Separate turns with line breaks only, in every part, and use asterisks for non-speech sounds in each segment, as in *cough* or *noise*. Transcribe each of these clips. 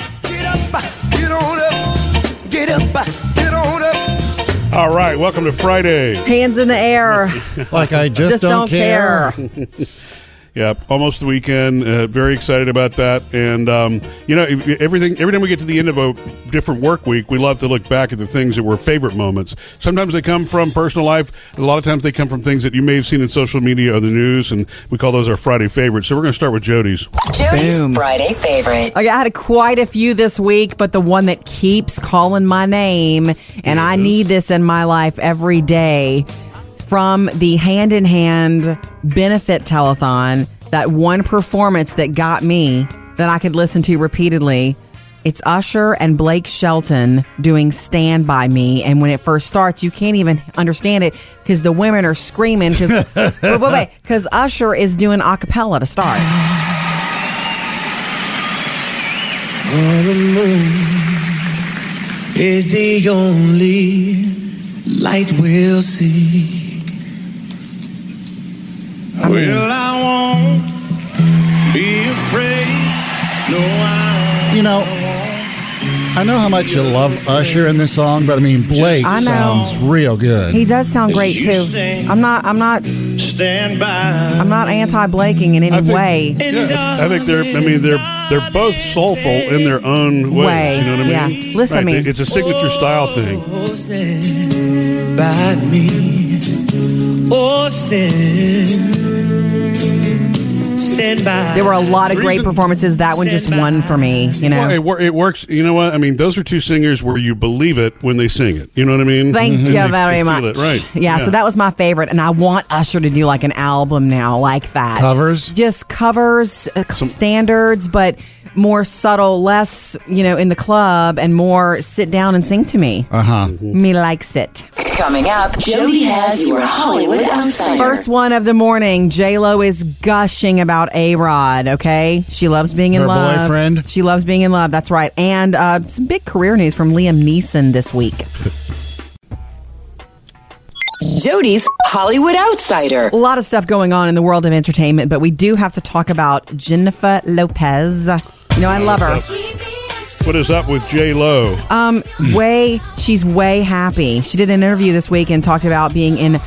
up, get on up, get up, get on up.
All right, welcome to Friday.
Hands in the air.
Like I just,
Just don't care.
Yep, almost the weekend. Uh, very excited about that. And um, you know, if- everything. Every time we get to the end of a different work week, we love to look back at the things that were favorite moments. Sometimes they come from personal life. A lot of times they come from things that you may have seen in social media or the news, and we call those our Friday favorites. So we're going to start with Jody's.
Jody's
Boom.
Friday favorite.
Okay, I had quite a few this week, but the one that keeps calling my name, and I need this in my life every day from the hand in hand benefit telethon, that one performance that got me that I could listen to repeatedly. It's Usher and Blake Shelton doing Stand By Me. And when it first starts, you can't even understand it because the women are screaming. Because wait, wait, wait, 'cause Usher is doing a cappella to start.
The moon is the only light we'll see. Well, I won't be afraid. No, I
You know, I know how much you love Usher in this song, but I mean, Blake
I know.
sounds real good.
He does sound great too. I'm not. I'm not.
won't stand by.
I'm not anti-Blaking in any
I think-
way.
Yeah, I think they're. I mean, they're they're both soulful in their own ways.
Way,
You know what I mean?
yeah. Listen to
Right,
me.
It's a signature style thing.
Oh, stand by me. Oh, stand. Stand by.
There were a lot of
The
great
reason-
performances. That one just one for me. You
Well,
know.
it, wor- it works. You know what? I mean, those are two singers where you believe it when they sing it. You know what I mean?
Thank
Mhm.
you
They-
very
they
much.
feel it, Right.
Yeah, So that was my favorite, and I want Usher to do like an album now, like that.
Covers?
Just covers, uh, standards, but more subtle, less you know, in the club, and more sit down and sing to me.
Uh huh.
Mm.
Me likes it.
Coming up, Jody has your Hollywood outsider.
First one of the morning, J Lo is gushing about A Rod. Okay, she loves being in
Her
love.
boyfriend?
She loves being in love. That's right. And uh, some big career news from Liam Neeson this week.
Jody's Hollywood outsider.
A lot of stuff going on in the world of entertainment, but we do have to talk about Jennifer Lopez. You know, I love her.
What is up with J Lo?
Um, way she's way happy. She did an interview this week and talked about being in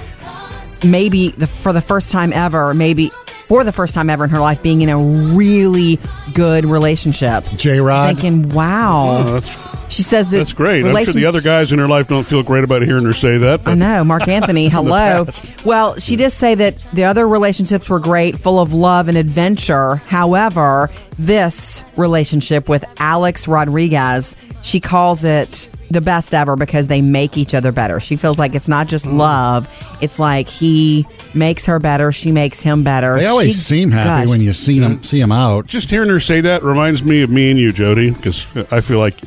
maybe the, for the first time ever, maybe for the first time ever in her life, being in a really good relationship.
J Rod.
Thinking, wow.
Oh, that's
She says that
Uh, that's great. I'm sure the
relations-
other guys in her life don't feel great about hearing her say that.
I
But
know,
*laughs*
Mark Anthony. Hello.
past.
Well, she did say that the other relationships were great, full of love and adventure. However, this relationship with Alex Rodriguez, she calls it the best ever because they make each other better. She feels like it's not
Mm.
just love, it's like he makes her better, she makes him better.
They always
She
seem happy
gushed.
when you see them, see 'em out.
just hearing her say that reminds me of me and you, Jody, because I feel like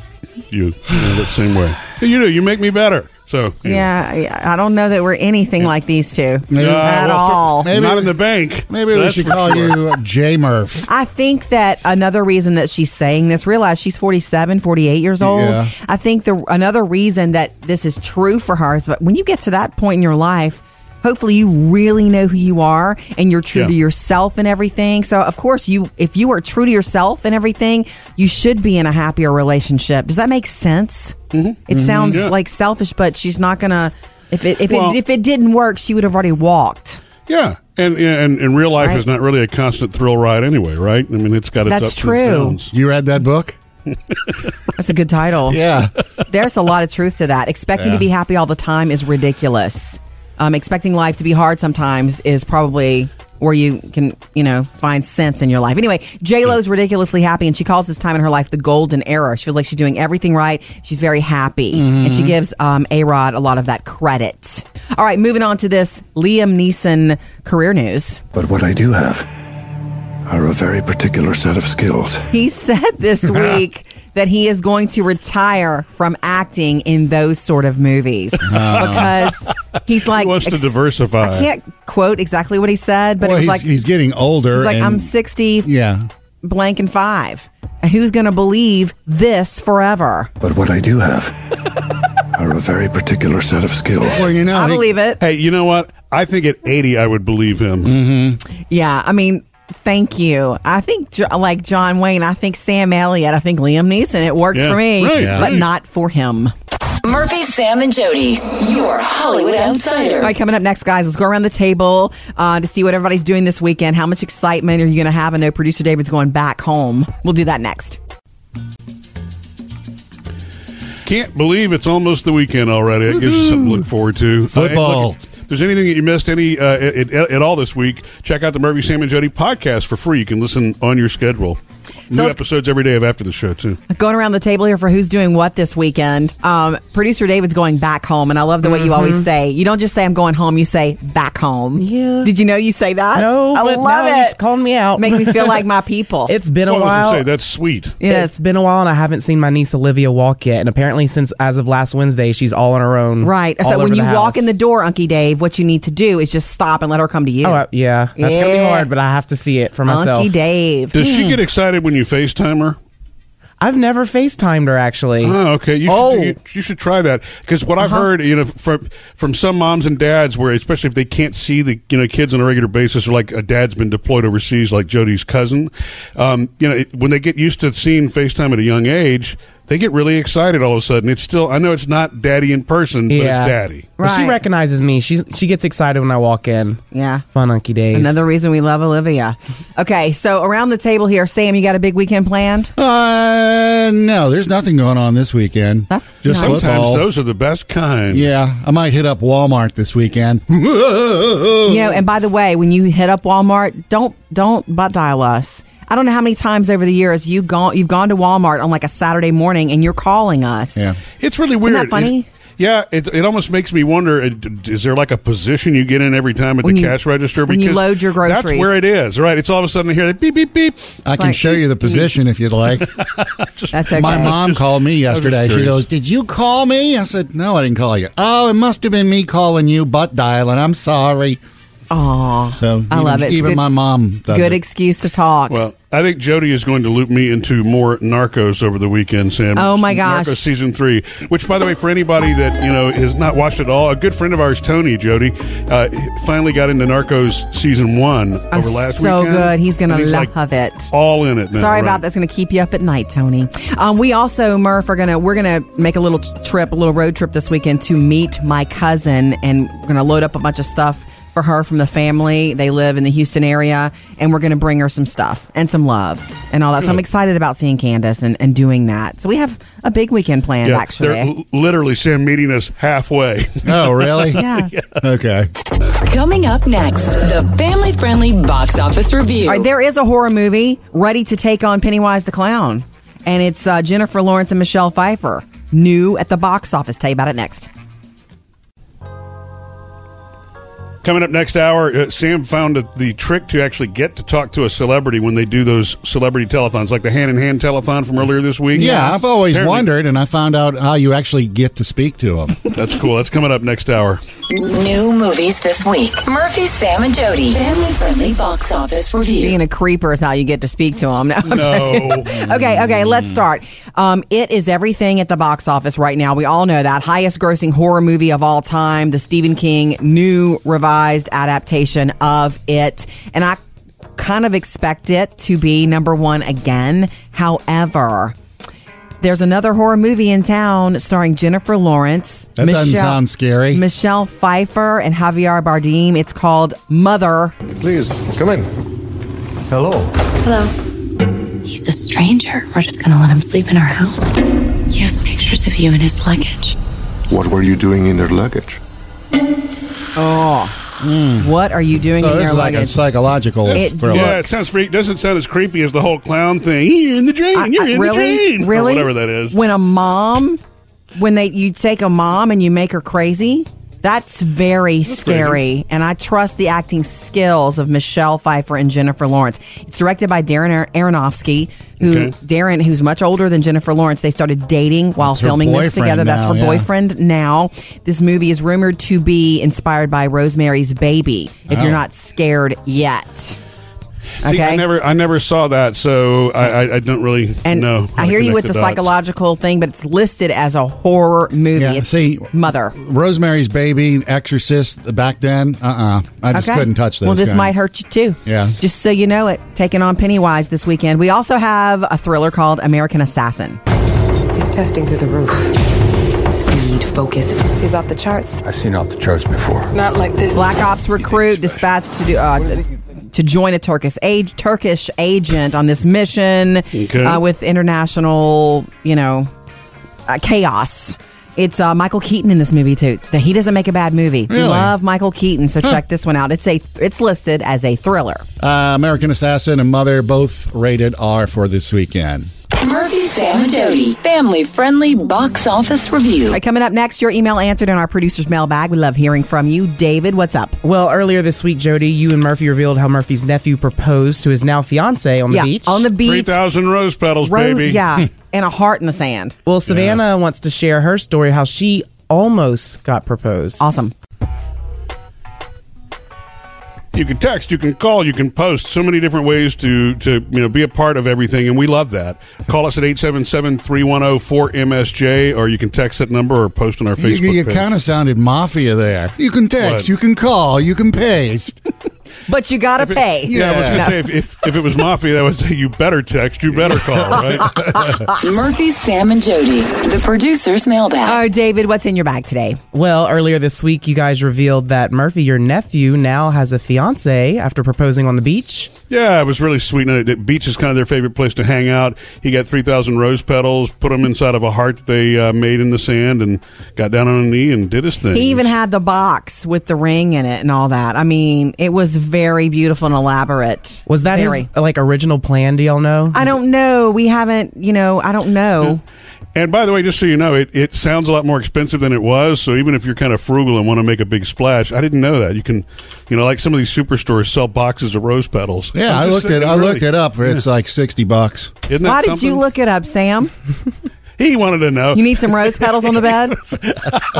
you, you know, that same way. You do. You make me better. So you know.
Yeah, yeah, I don't know that we're anything like these two
Maybe-
at
Uh, well,
all.
Maybe-
not in the bank.
Maybe we
That's
should
for
call
sure.
you J Murph.
I think that another reason that she's saying this, realize she's 47, 48 years old.
Yeah.
I think the another reason that this is true for her is but when you get to that point in your life, hopefully you really know who you are and you're true
Yeah.
to yourself and everything. So of course you if you are true to yourself and everything, you should be in a happier relationship. Does that make sense? It sounds
Mm-hmm. Yeah.
like selfish, but she's not gonna if it if
Well-
it if it didn't work, she would have already walked.
Yeah, and and and real life
Right.
is not really a constant thrill ride anyway, right? I mean, it's got its
That's
ups
true.
and downs.
You read that book?
That's a good title.
Yeah.
There's a lot of truth to that. Expecting to
Yeah.
be happy all the time is ridiculous. Um, expecting life to be hard sometimes is probably where you can, you know, find sense in your life. Anyway, J Lo's ridiculously happy, and she calls this time in her life the golden era. She feels like she's doing everything right. She's very happy, and she gives um, A Rod a lot of that credit. All right, moving on to this Liam Neeson career news.
But what I do have are a very particular set of skills.
He said
*laughs*
this week that he is going to retire from acting in those sort of
*laughs*
movies because he's like
wants to diversify.
I can't quote exactly what he said, but
well,
it was
he's,
like
he's getting older.
he's like
and-
I'm 60
Yeah.
blank and 5. Who's going to believe this forever?
But what I do have are a very particular set of skills.
Well, you know,
I
he-
believe it.
Hey, you know what? I think at eighty, I would believe him.
Yeah, I mean Thank you. I think Jo- like John Wayne. I think Sam Elliott. I think Liam Neeson. It works
Yeah,
for me,
right, Yeah.
but
right.
not for him.
Murphy, Sam, and Jody, your Hollywood outsider.
All right, coming up next, guys, let's go around the table uh, to see what everybody's doing this weekend. How much excitement are you going to have? I know producer David's going back home. We'll do that next.
Can't believe it's almost the weekend already. It gives you something to look forward to. Uh, hey,
Football.
look, if there's anything that you missed any uh, at, at, at all this week, check out the Murphy, Sam, and Jody podcast for free. You can listen on your schedule.
So
New
let's-
episodes every day of After the Show, too.
Going around the table here for who's doing what this weekend. Um, producer David's going back home, and I love the
Mm-hmm.
way you always say. You don't just say I'm going home; you say back home.
Yeah.
Did you know you say that?
No,
I
but
love
now
it.
you just called me out.
Make me feel like my people.
*laughs* It's been
Well,
a
I was
while.
gonna say, that's sweet.
Yes.
It's been a while, and I haven't seen my niece Olivia walk yet. And apparently, since as of last Wednesday, she's all on her own.
Right.
all
So when
over
you
the
walk
house.
in the door, Unky Dave, what you need to do is just stop and let her come to you.
oh I- yeah, that's gonna be
Yeah.
hard, but I have to see it for myself.
Unky Dave.
Does
Mm.
she get excited when you FaceTime her?
I've never FaceTimed her actually.
Oh, okay. You should,
Oh.
you, you should try that because what I've heard, you know, from from some moms and dads, where especially if they can't see the you know kids on a regular basis, or like a dad's been deployed overseas, like Jody's cousin, um, you know, it, when they get used to seeing FaceTime at a young age, they get really excited all of a sudden. It's still, I know it's not daddy in person, but it's
Yeah.
daddy.
But she
Right.
recognizes me. She she gets excited when I walk in.
Yeah.
Fun Unky Dave.
Another reason we love Olivia. Okay, so around the table here, Sam, you got a big weekend planned?
Uh, no, there's nothing going on this weekend.
That's
just
nice.
Sometimes
football.
those are the best kind.
yeah, I might hit up Walmart this
*laughs*
weekend.
You know, and by the way, when you hit up Walmart, don't don't butt dial us. I don't know how many times over the years you gone you've gone to Walmart on like a Saturday morning and you're calling us.
Yeah.
It's really weird.
that funny?
It- yeah, it, it almost makes me wonder: uh, d- d- Is there like a position you get in every time at
When
the
you-
cash register?
when you load your
that's
groceries.
where it is, right? It's all of a sudden here, beep beep beep.
I can
Like-
show you the position if
*laughs*
you'd like.
That's okay.
My mom
Just-
called me
I was just
yesterday. She
curious.
goes, "Did you call me?" I said, "No, I didn't call you." Oh, it must have been me calling you, butt dialing. I'm sorry.
Aw. I
So even-
love it. It's
Even
good-
my mom. Does
Good
it.
excuse to talk.
Well, I think Jody is going to loop me into more Narcos over the weekend, Sam.
Oh, my gosh.
Narcos season three. Which, by the way, for anybody that you know has not watched it all, a good friend of ours, Tony Jody, uh, finally got into Narcos season one
I'm
over last
so
weekend.
good. He's gonna
And
love it.
All in it. Now,
Sorry
right?
about that's going to keep you up at night, Tony. Um, we also, Murph, are gonna we're gonna make a little t- trip, a little road trip this weekend to meet my cousin, and we're gonna load up a bunch of stuff for her from the family. They live in the Houston area, and we're gonna bring her some stuff and some love and all that. So I'm excited about seeing Candace and, and doing that. So we have a big weekend planned,
Yeah, they're
actually.
l- literally Sam meeting us halfway. *laughs*
Oh,
*laughs*
really?
Yeah.
*laughs* Okay.
Coming up next, the family friendly box office review.
All right, there is a horror movie ready to take on Pennywise the Clown, and it's uh, Jennifer Lawrence and Michelle Pfeiffer. New at the box office. Tell you about it next.
Coming up next hour, uh, Sam found that the trick to actually get to talk to a celebrity when they do those celebrity telethons, like the hand in hand telethon from earlier this week.
Yeah, I've always
Apparently-
wondered, and I found out how you actually get to speak
*laughs*
to them.
That's cool. That's coming up next hour.
New movies this week. Murphy, Sam, and Jody. Family friendly box office review.
Being a creeper is how you get to speak to him. *laughs* No, I'm
Oh,
joking.
Mm.
okay, okay, let's start. Um, it is everything at the box office right now. We all know that. Highest grossing horror movie of all time, the Stephen King new revised adaptation of it. And I kind of expect it to be number one again. However, there's another horror movie in town starring Jennifer Lawrence.
That doesn't sound scary.
Michelle Pfeiffer and Javier Bardem. It's called Mother.
Please, come in. Hello.
Hello. He's a stranger. We're just gonna let him sleep in our house. He has pictures of you in his luggage.
What were you doing in their luggage?
What are you doing
So
in
Oh, this
your
is like a
luggage?
psychological
It-
thriller.
Yeah, it sounds freak. Doesn't sound as creepy as the whole clown thing. You're in the drain.
I-
You're
I-
in the
really,
drain.
really,
Or whatever that is.
When a mom, when they you take a mom and you make her crazy, that's very scary. And I trust the acting skills of Michelle Pfeiffer and Jennifer Lawrence. It's directed by Darren Ar- Aronofsky, who
Okay.
Darren, who's much older than Jennifer Lawrence. They started dating while
That's her
filming this
boyfriend
together. that's
now,
her
yeah.
boyfriend now. This movie is rumored to be inspired by Rosemary's Baby. If
Oh.
you're not scared yet.
See, I never, I never saw that, so I, I, I don't really
And
know. how
I
to
hear you
connect
with the
dots.
psychological thing, but it's listed as a horror movie.
Yeah,
it's
see,
Mother.
Rosemary's Baby, Exorcist back then. Uh uh I just
Okay.
couldn't touch those.
Well, this
kind.
might hurt you too.
Yeah.
Just so you know it, taking on Pennywise this weekend. We also have a thriller called American Assassin.
He's testing through the roof. Speed, focus. He's off the charts.
I've seen off the charts before.
Not like this.
Black Ops recruit dispatched to do. Uh, to join a Turkish age Turkish agent on this mission
Okay.
uh, with international, you know, uh, chaos. It's uh, Michael Keaton in this movie too. Th- He doesn't make a bad movie. We
Really?
love Michael Keaton, so check this one out. It's a it's listed as a thriller.
Uh, American Assassin and Mother both rated R for this weekend.
Murphy, Sam, and Jody. Family friendly box office review.
All right, coming up next, your email answered in our producer's mailbag. We love hearing from you, David. What's up?
Well, earlier this week, Jody, you and Murphy revealed how Murphy's nephew proposed to his now fiance on
yeah,
the beach.
on the beach,
3,000 rose petals,
Ro-
baby.
Yeah, and a heart in the sand.
Well, Savannah wants to share her story how she almost got proposed.
Awesome.
You can text, you can call, you can post. So many different ways to to you know be a part of everything, and we love that. Call us at oh, 877-310-4MSJ, or you can text that number or post on our
You,
Facebook
you
page.
kind of sounded mafia there. You can text,
What?
you can call, you can pay.
*laughs*
But you gotta
If it-
pay.
Yeah, I was going to say, if, if, if it was Mafia, I would say you better text, you better *laughs* call, right?
Murphy, Sam, and Jody. The producer's mailbag.
Oh, David, what's in your bag today?
Well, earlier this week, you guys revealed that Murphy, your nephew, now has a fiance after proposing on the beach.
Yeah, it was really sweet. And the beach is kind of their favorite place to hang out. He got 3,000 rose petals, put them inside of a heart that they uh, made in the sand, and got down on a knee and did his thing.
He even had the box with the ring in it and all that. I mean, it was very beautiful and elaborate.
Was that
very?
his uh, like original plan? Do y'all know?
I don't know. We haven't, you know, I don't know.
And by the way, just so you know, it, it sounds a lot more expensive than it was. So even if you're kind of frugal and want to make a big splash, I didn't know that. You can, you know, like some of these superstores sell boxes of rose petals.
Yeah,
I'm
I
just
looked
saying,
it. I
really.
looked it up. It's like sixty bucks.
Isn't that
Why did you
something?
look it up, Sam?
He wanted to know.
You need some rose petals on the
*laughs*
bed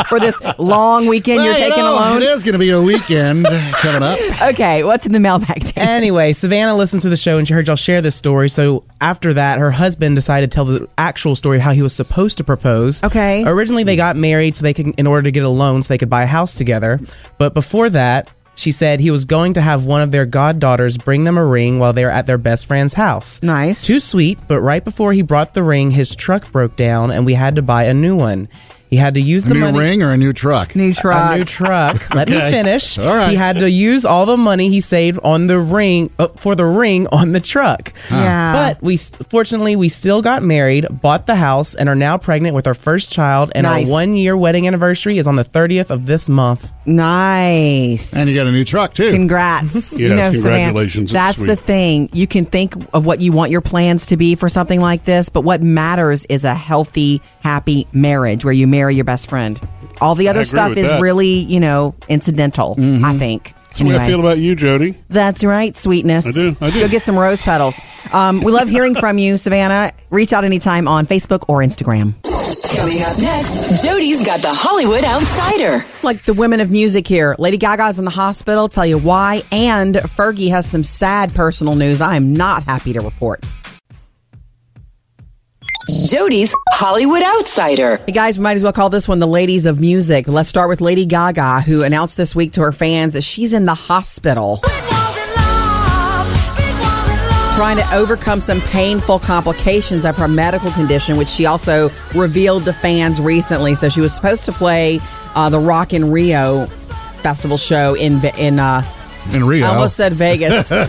for this long weekend you're
Well, you
taking
know,
alone?
It is going to be a weekend *laughs*
*laughs*
coming up.
Okay, what's in the mailbag? *laughs* David?
Anyway, Savannah listened to the show and she heard y'all share this story. So after that, her husband decided to tell the actual story of how he was supposed to propose.
Okay.
Originally, they got married so they could, in order to get a loan, so they could buy a house together. But before that, she said he was going to have one of their goddaughters bring them a ring while they were at their best friend's house.
Nice.
Too sweet, but right before he brought the ring, his truck broke down and we had to buy a new one. He had to use
A
the
new
money.
ring or a new truck?
New truck.
A new truck. *laughs* Let
Okay.
me finish.
All right.
He had to use all the money he saved on the ring uh, for the ring on the truck.
Yeah.
But we s- fortunately we still got married, bought the house, and are now pregnant with our first child. And
Nice.
our one year wedding anniversary is on the thirtieth of this month.
Nice.
And you got a new truck
*laughs*
too.
Congrats.
Yes,
you know, Savannah,
congratulations. It's
that's
sweet.
the thing. You can think of what you want your plans to be for something like this, but what matters is a healthy, happy marriage where you marry your best friend. All the
I
other
agree
stuff
with
is
that. Mm-hmm.
really, you know, incidental, I think.
So what I feel about you, Jody?
That's right, sweetness.
I do, I do.
Go get some rose petals. Um, we love hearing from you, Savannah. Reach out anytime on Facebook or Instagram.
Coming up next, Jody's got the Hollywood Outsider.
Like the women of music here. Lady Gaga's in the hospital, tell you why. And Fergie has some sad personal news I am not happy to report.
Jody's Hollywood Outsider.
Hey guys, we might as well call this one the ladies of music. Let's start with Lady Gaga, who announced this week to her fans that she's in the hospital. Trying to overcome some painful complications of her medical condition, which she also revealed to fans recently. So she was supposed to play uh, the Rock in Rio festival show in Ve- in uh,
In Rio.
I almost said
*laughs*
Vegas. *laughs* in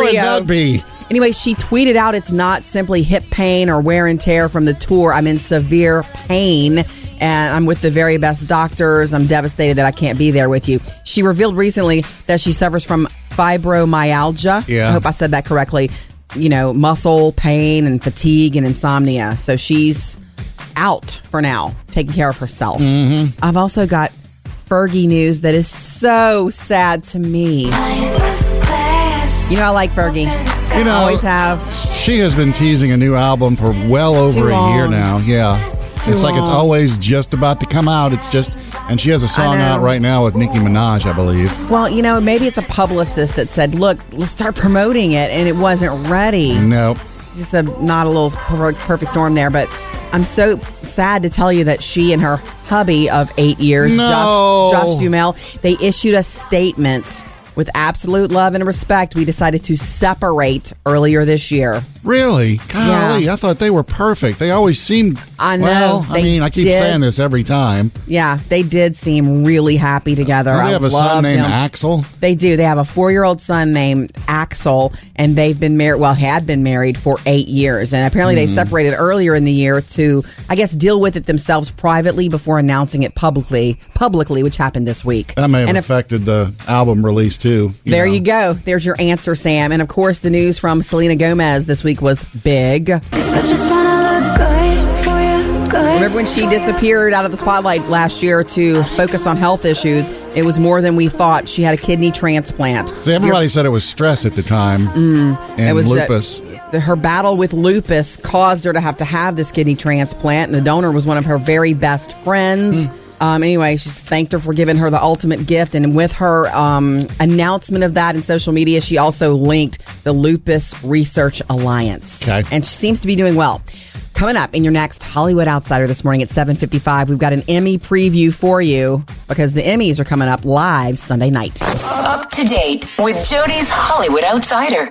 Rio.
would that be?
Anyway, she tweeted out it's not simply hip pain or wear and tear from the tour. I'm in severe pain and I'm with the very best doctors. I'm devastated that I can't be there with you. She revealed recently that she suffers from fibromyalgia.
Yeah.
I hope I said that correctly. You know, muscle pain and fatigue and insomnia. So she's out for now, taking care of herself.
Mm-hmm.
I've also got Fergie news that is so sad to me. You know, I like Fergie.
You know,
always have.
She has been teasing a new album for well
Too
over a year
long.
now. Yeah.
too
it's like it's
long.
always just about to come out. It's just And she has a song
know.
out right now with Nicki Minaj, I believe.
Well, you know, maybe it's a publicist that said, "Look, let's start promoting it," and it wasn't ready.
No.
Just a not a little per- perfect storm there, but I'm so sad to tell you that she and her hubby of eight years,
No.
Josh, Josh Dumel, they issued a statement with absolute love and respect. We decided to separate earlier this year.
Really? Golly, I thought they were perfect. They always seemed.
I know,
Well, I
they
mean, I keep
did.
saying this every time.
Yeah, they did seem really happy together.
Don't they
I
have a son
love
named
them.
Axel?
They do. They have a four-year-old son named Axel, and they've been married. Well, had been married for eight years, and apparently they
Hmm.
Mhm.
separated earlier in the year to, I guess, deal with it themselves privately before announcing it publicly. Publicly, which happened this week.
That may have
And if-
affected the album release too.
there you go. There's your answer, Sam. And of course, the news from Selena Gomez this week was big. Remember when she disappeared out of the spotlight last year to focus on health issues? It was more than we thought. She had a kidney transplant.
See, everybody said it was stress at the time, mm, and
It was, uh,
lupus.
the- her battle with lupus caused her to have to have this kidney transplant, and the donor was one of her very best friends. Um, anyway, she's thanked her for giving her the ultimate gift, and with her um, announcement of that in social media, she also linked the Lupus Research Alliance, and she seems to be doing well. Coming up in your next Hollywood Outsider this morning at 7:55, we've got an Emmy preview for you because the Emmys are coming up live Sunday night.
Up to date with Jody's Hollywood Outsider.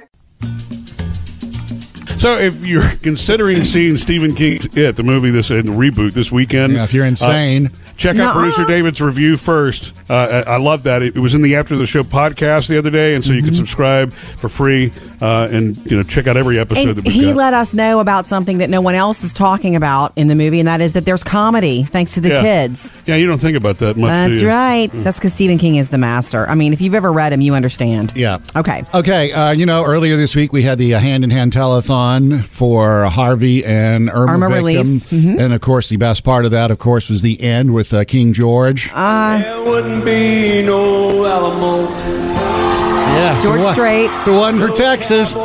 So, if you're *laughs* considering seeing Stephen King's It, the movie this and reboot this weekend,
Yeah, if you're insane.
uh, check out
Nuh-uh.
producer David's review first. Uh, I, I love that. It, it was in the After the Show podcast the other day, and so you can
Mm-hmm.
subscribe for free uh, and you know check out every episode
And
that we've
he
got.
let us know about something that no one else is talking about in the movie, and that is that there's comedy thanks to the
Yeah.
kids.
Yeah, you don't think about that much. do
That's
you?
right.
Mm.
That's because Stephen King is the master. I mean, if you've ever read him, you understand.
Yeah.
Okay.
Okay, uh, you know, earlier this week we had the uh, hand in hand telethon for Harvey and Irma,
Irma relief.
victim, and of course the best part of that, of course, was the end with uh, King George.
Uh,
Wouldn't be no Alamo.
yeah,
George
the one-
Strait.
the one for Texas.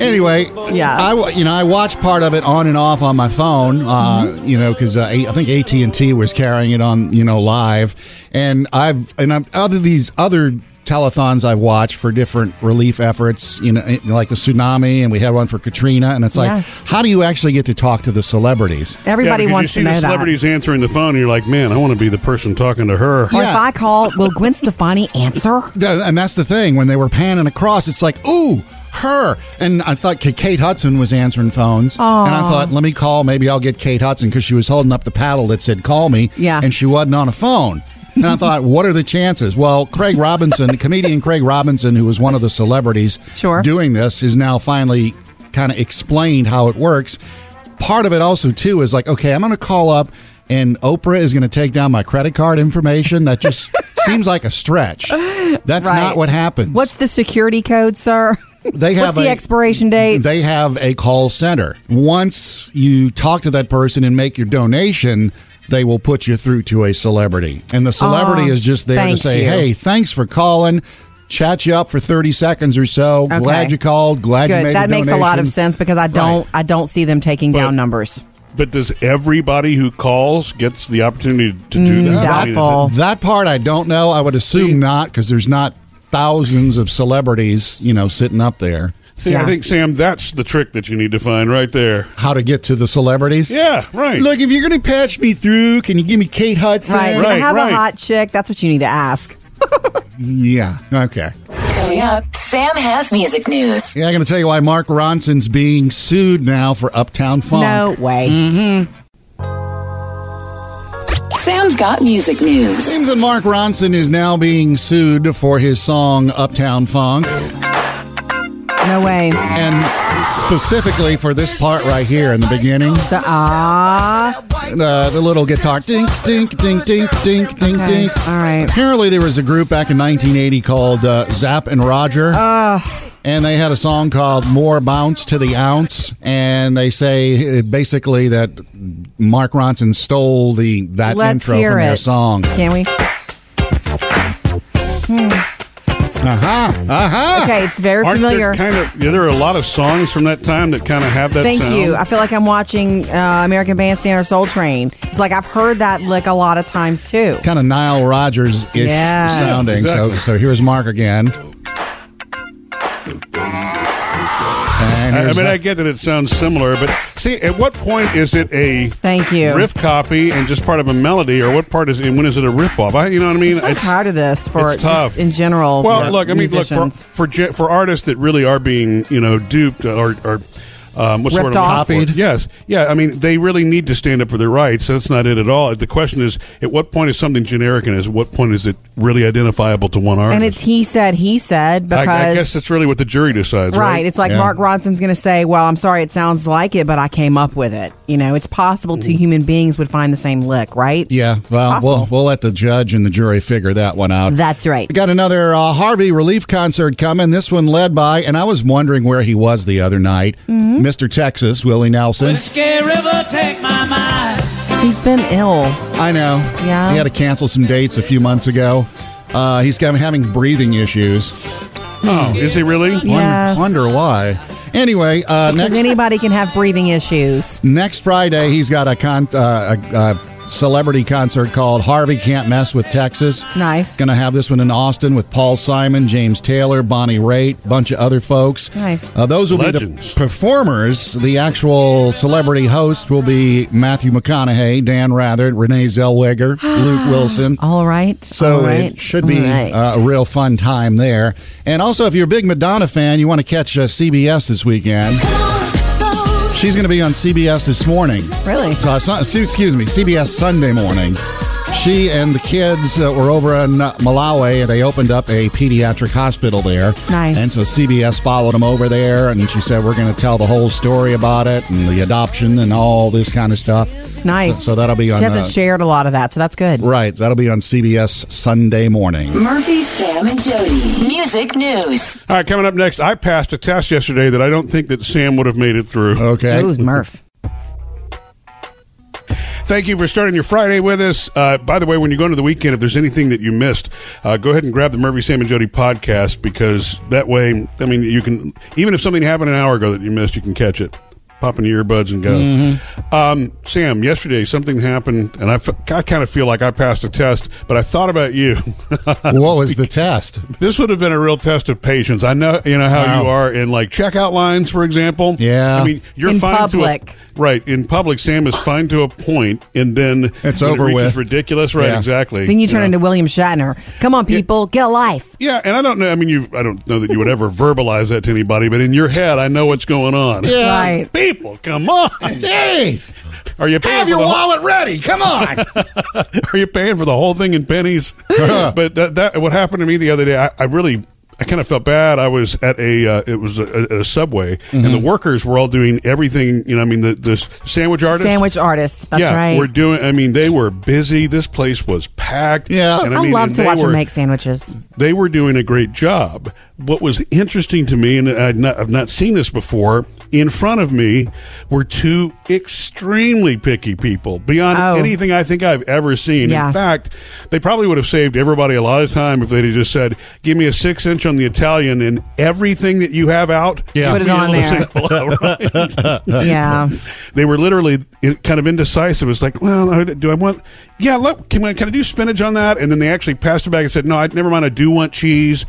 Anyway, yeah, I wa- you know I watched part of it on and off on my phone, uh, you know, because uh, A- I think AT and T was carrying it on, you know, live, and I've and I've other these other telethons I've watched for different relief efforts, you know, eh, like the tsunami, and we had one for Katrina, and it's like,
Yes.
how do you actually get to talk to the celebrities?
Everybody
Yeah, because
wants to
you see
know
the
that.
celebrities answering the phone, and you're like, man, I want to be the person talking to her.
Or if I call, will Gwen Stefani
*laughs*
answer?
Yeah, And that's the thing. When they were panning across, it's like, ooh, her. And I thought K- Kate Hudson was answering phones. And I thought, let me call. Maybe I'll get Kate Hudson because she was holding up the paddle that said, call me. Yeah. And she wasn't on a phone. And I thought, what are the chances? Well, Craig Robinson, the comedian Craig Robinson, who was one of the celebrities doing this, is now finally kind of explained how it works. Part of it also, too, is like, okay, I'm going to call up and Oprah is going to take down my credit card information.
*laughs*
That just seems like a stretch. That's
Right.
not what happens.
What's the security code, sir? *laughs*
They have
What's the
a-
expiration date?
They have a call center. Once you talk to that person and make your donation, they will put you through to a celebrity. And the celebrity
Oh,
is just there to
thanks
say,
you.
hey, thanks for calling. Chat you up for 30 seconds or so. Glad you called. Glad you
Good.
made
That
a
makes a lot of
donation."
sense because I don't, I don't see them taking down numbers.
But does everybody who calls gets the opportunity to
Mm,
do that? I mean, is it-
That part I don't know. I would assume not because there's not thousands of celebrities, you know, sitting up there.
See, I think Sam, that's the trick that you need to find right there.
How to get to the celebrities?
Yeah, right.
Look, if you're going to patch me through, can you give me Kate Hudson?
Right. If I have a hot chick. That's what you need to ask.
Yeah. Okay.
Coming up, Sam has music news.
Yeah, I'm going to tell you why Mark Ronson's being sued now for Uptown Funk.
No way.
Mm-hmm.
Sam's got music news.
Seems that Mark Ronson is now being sued for his song Uptown Funk.
No way.
And specifically for this part right here in the beginning.
The ah.
Uh, The, little guitar. Dink, dink, dink, dink, dink, dink, dink.
All right.
Apparently, there was a group back in 1980 called uh, Zap and Roger. And they had a song called More Bounce to the Ounce. And they say uh, basically that Mark Ronson stole the that
Let's
intro
hear
from their
it.
song.
Can we?
Uh
Uh-huh,
huh. Uh huh.
Okay, it's very familiar.
Kind of. Yeah, there are a lot of songs from that time that kind of have that.
Thank
sound.
you. I feel like I'm watching uh, American Bandstand or Soul Train. It's like I've heard that lick a lot of times too.
Kind of Nile Rodgers ish
Yes.
sounding.
Exactly.
So, so here's Mark again. And
I, I
here's
mean,
that-
I get that it sounds similar, but see, at what point is it a
thank you
riff copy and just part of a melody, or what part is and when is it a riff off? I, you know what I mean?
I'm so tired of this for
it's
just
tough.
in general.
Well,
for
look, I mean, look
musicians.
for for ge- for artists that really are being you know duped or. or um, what's the
Ripped
word I'm
off.
looking for? Yes, yeah. I mean, they really need to stand up for their rights. That's not it at all. The question is, at what point is something generic, and at what point is it really identifiable to one artist?
and it's he said he said
I-
because
I, guess that's really what the jury decides.
right.
Right.
It's like Mark Ronson's going to say, "Well, I'm sorry, it sounds like it, but I came up with it." You know, it's possible
Mm-hmm.
two human beings would find the same lick, right?
Yeah, well,
possible.
we'll we'll let the judge and the jury figure that one out.
That's right.
We got another uh, Harvey relief concert coming. This one led by, and I was wondering where he was the other night, Mr. Texas Willie Nelson.
Whiskey River, take my mind.
He's been ill.
I know.
Yeah.
He had to cancel some dates a few months ago. Uh, he's got- having breathing issues.
Oh, is he really?
Wonder,
Yes.
wonder why. Anyway, uh,
Because
next
anybody can have breathing issues.
Mm.
Next Friday, he's got a, con- uh, a, a celebrity concert called Harvey Can't Mess with Texas.
Nice.
Going to have this one in Austin with Paul Simon, James Taylor, Bonnie Raitt, bunch of other folks.
Nice.
Uh, those will be
Legends.
the performers. The actual celebrity host will be Matthew McConaughey, Dan Rather, Renee Zellweger, Luke Wilson.
All right.
So
All right.
it should be
All right.
uh, a real fun time there. And also, if you're a big Madonna fan, you want to catch uh, CBS this weekend. She's going to be on CBS this morning. Uh,
Really?
So, it's not- excuse me, CBS Sunday morning. She and the kids uh, were over in uh, Malawi, and they opened up a pediatric hospital there.
Nice.
And so CBS followed them over there, and she said, "We're going to tell the whole story about it and the adoption and all this kind of stuff."
Nice.
So, so that'll be on.
She hasn't
uh,
shared a lot of that, so that's good.
Right, that'll be on CBS Sunday morning.
Murphy, Sam, and Jody. Music news.
All right, coming up next, I passed a test yesterday that I don't think that Sam would have made it through.
Okay.
Ooh, Murph.
Thank you for starting your Friday with us. Uh, by the way, when you go into the weekend, if there's anything that you missed, uh, go ahead and grab the Murphy, Sam, and Jody podcast because that way, I mean, you can, even if something happened an hour ago that you missed, you can catch it. Pop in your earbuds and go. Um, Sam, yesterday something happened, and I, f- I kind of feel like I passed a test, but I thought about you. *laughs*
What was the test?
this would have been a real test of patience. I know you know how
Wow.
you are in like checkout lines, for example.
Yeah.
I mean you're
In
fine
public.
To a, right in public. Sam is fine to a point, and then
It's
when
over
it reaches
with.
Ridiculous, right?
Yeah.
Exactly.
Then you turn
know.
into William Shatner. Come on, people, get a life.
yeah, and I don't know. I mean, you. I don't know that you would ever verbalize that to anybody, but in your head, I know what's going on.
Yeah.
Right.
People, come on!
Jeez,
Are you paying
have
for
your
the whole-
wallet ready. Come on.
are you paying for the whole thing
*laughs*
in pennies? but that, that what happened to me the other day. I, I really. I kind of felt bad. I was at a uh, it was a, a, a subway, and the
Mm-hmm.
workers were all doing everything. You know, I mean, the, the sandwich artist,
Sandwich artists. That's
yeah,
right.
we're doing. I mean, they were busy. This place was packed.
Yeah.
and
I,
mean,
love
and
to
they
watch
were-
them make sandwiches.
they were doing a great job. What was interesting to me, and I'd not, I've not seen this before, in front of me were two extremely picky people beyond
Oh.
anything I think I've ever seen.
Yeah.
In fact, they probably would have saved everybody a lot of time if they'd have just said, "Give me a six inch on the Italian and everything that you have out."
Yeah.
you'll
Put it
be
on
*laughs* able to
there.
say hello," right?
yeah.
they were literally in- kind of indecisive. It's like, well, I- do I want? Yeah, look, can I, can I do spinach on that? And then they actually passed it back and said, no, I never mind. I do want cheese.